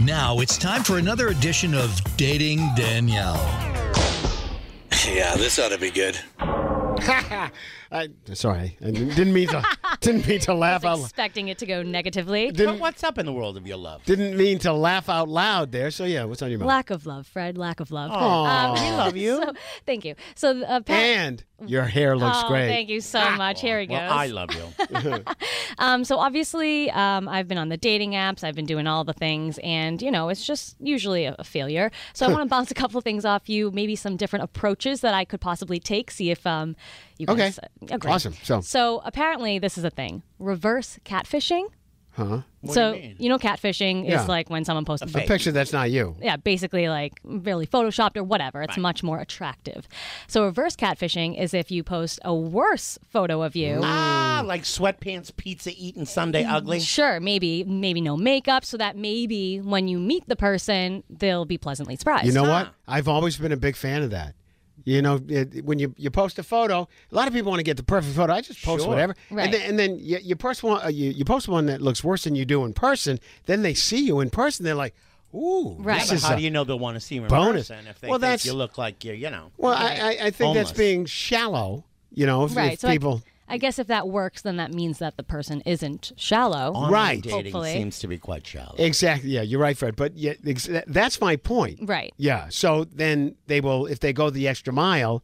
Now it's time for another edition of Dating Danielle. Yeah, this ought to be good. I, sorry, I didn't mean to. didn't mean to laugh out. lou- expecting it to go negatively. Didn't What's up in the world of your love? didn't mean to laugh out loud there. So yeah, what's on your mind? Lack of love, Fred. Lack of love. Aw. we love you. thank you. So, uh, Pat. and your hair looks Oh, great. Ah. Thank you so much. Here he goes. Well, I love you. Um, so obviously, um, I've been on the dating apps. I've been doing all the things, and you know, it's just usually a, a failure. So I want to bounce a couple of things off you. Maybe some different approaches that I could possibly take. See if um, you Okay. guys uh, agree. Awesome. So, So apparently, this is a thing: reverse catfishing. huh? so you, know, catfishing Yeah. is like when someone posts a A fake picture that's not you. yeah, basically like really photoshopped or whatever. It's much more attractive. So reverse catfishing is if you post a worse photo of you. Mm. ah, like sweatpants, pizza eating, Sunday ugly. Sure, maybe maybe no makeup, so that maybe when you meet the person, they'll be pleasantly surprised. You know what? I've always been a big fan of that. You know, it, when you, you post a photo, a lot of people want to get the perfect photo. I just post Sure. whatever, Right. and then, and then you, you post one. Uh, you, you post one that looks worse than you do in person. Then they see you in person, they're like, "Ooh, Right. this But is how a- do you know they'll want to see you in bonus. person if they Well, think that's- you look like you, you know? Well, I, I, I think Homeless. that's being shallow. You know, if, Right. if so I- people. I, guess if that works, then that means that the person isn't shallow. Online Right. Dating Hopefully. seems to be quite shallow. Exactly. Yeah, you're right, Fred. But yeah, ex- that- that's my point. Right. Yeah. So then they will, if they go the extra mile,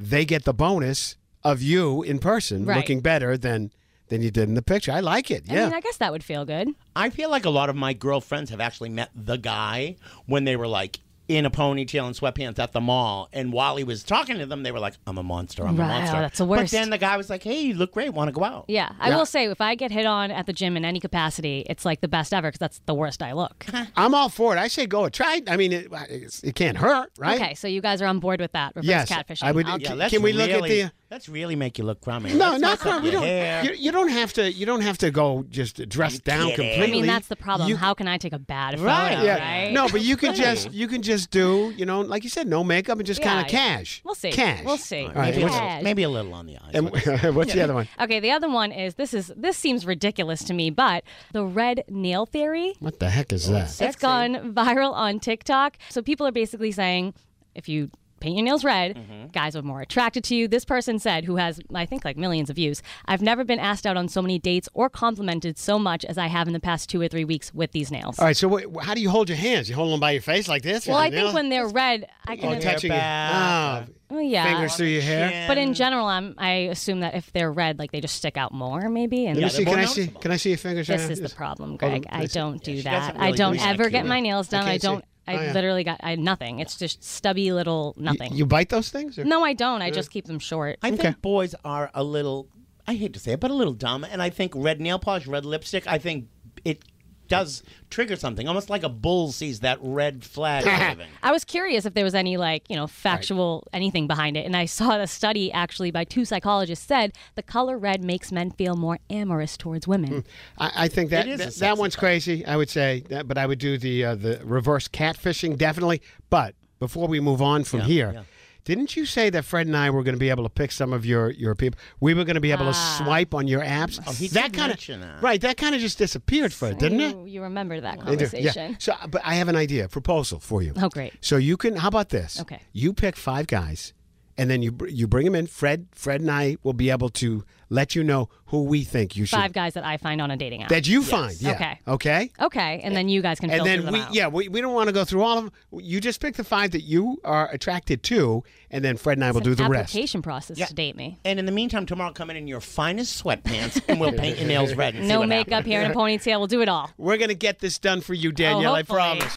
they get the bonus of you in person Right. looking better than than you did in the picture. I like it. I Yeah. mean, I guess that would feel good. I feel like a lot of my girlfriends have actually met the guy when they were like in a ponytail and sweatpants at the mall. And while he was talking to them, they were like, I'm a monster. I'm Right, a monster. oh, that's the But worst. then the guy was like, hey, you look great. Want to go out? Yeah, I will say if I get hit on at the gym in any capacity, it's like the best ever because that's the worst I look. I'm all for it. I say go. Try. it. I mean, it, it's, it can't hurt, right? Okay, so you guys are on board with that reverse Yes, catfishing. I would- I'll- Yeah, Can- let's can we look at really- the- Let's really make you look crummy. No, not Let's mess up for we your don't. hair. You, you don't have to. You don't have to go just dress down kidding. I mean, completely. I mean, that's the problem. You- How can I take a bad photo? Right, Right. Yeah. right? No, but you can Right. just you can just do you know like you said no makeup and just Yeah, kind of cash. We'll see. Cash. We'll see. All right, maybe, what's- a Cash. little, maybe a little on the eyes. And what's the other one? Okay, the other one is this is this seems ridiculous to me, but the red nail theory. What the heck is that? It's gone viral on TikTok. So people are basically saying if you paint your nails red, Mm-hmm. guys are more attracted to you. This person said who has I think like millions of views, I've never been asked out on so many dates or complimented so much as I have in the past 2 or 3 weeks with these nails. All right. So what, how do you hold your hands? You hold them by your face like this? Well, With I your think nails? when they're red, I oh, can touching Your your back, oh, Oh, yeah. fingers through your hair. But in general, I'm, I assume that if they're red, like they just stick out more, maybe. Let And me Yeah, see. they're more Can I see? noticeable. Can I see your fingers? right This now? is the Just- problem, hold on, Greg. I let's Oh, see. don't do she that. doesn't I really don't use ever that get key. my nails done. I, can't see. don't. I Oh, yeah. literally got. I nothing. It's just stubby little nothing. You, you bite those things? Or? no, I don't. I just keep them short. I think boys are a little, I hate to say it, but a little dumb. And I think red nail polish, red lipstick, I think it does trigger something, almost like a bull sees that red flag waving. I was curious if there was any like you know factual anything behind it, and I saw a study actually by two psychologists said the color red makes men feel more amorous towards Hmm. women. I, I think that It is a that, that sexy one's crazy. I would say, that, but I would do the uh, the reverse catfishing definitely. But before we move on from here. Didn't you say that Fred and I were going to be able to pick some of your, your people? We were going to be able to swipe on your apps. Oh, Ah. he that did kind mention that. of right. That kind of just disappeared, Fred, didn't it? you, you remember that They do, conversation? Yeah. So, but I have an idea, proposal for you. Oh, great. So you can. How about this? Okay. You pick five guys, and then you br- you bring them in. Fred, Fred, and I will be able to let you know who we think you should Five guys that I find on a dating app. that you find. Yeah. Okay. Okay. okay, and then you guys can And filter then them we, out. yeah, we, we don't want to go through all of them. You just pick the five that you are attracted to, and then Fred and I will do the rest. application process to date me. And in the meantime, tomorrow come in in your finest sweatpants and we'll paint your nails red. And see No what makeup, hair, and a ponytail. We'll do it all. We're gonna get this done for you, Danielle. I Oh, hopefully. promise.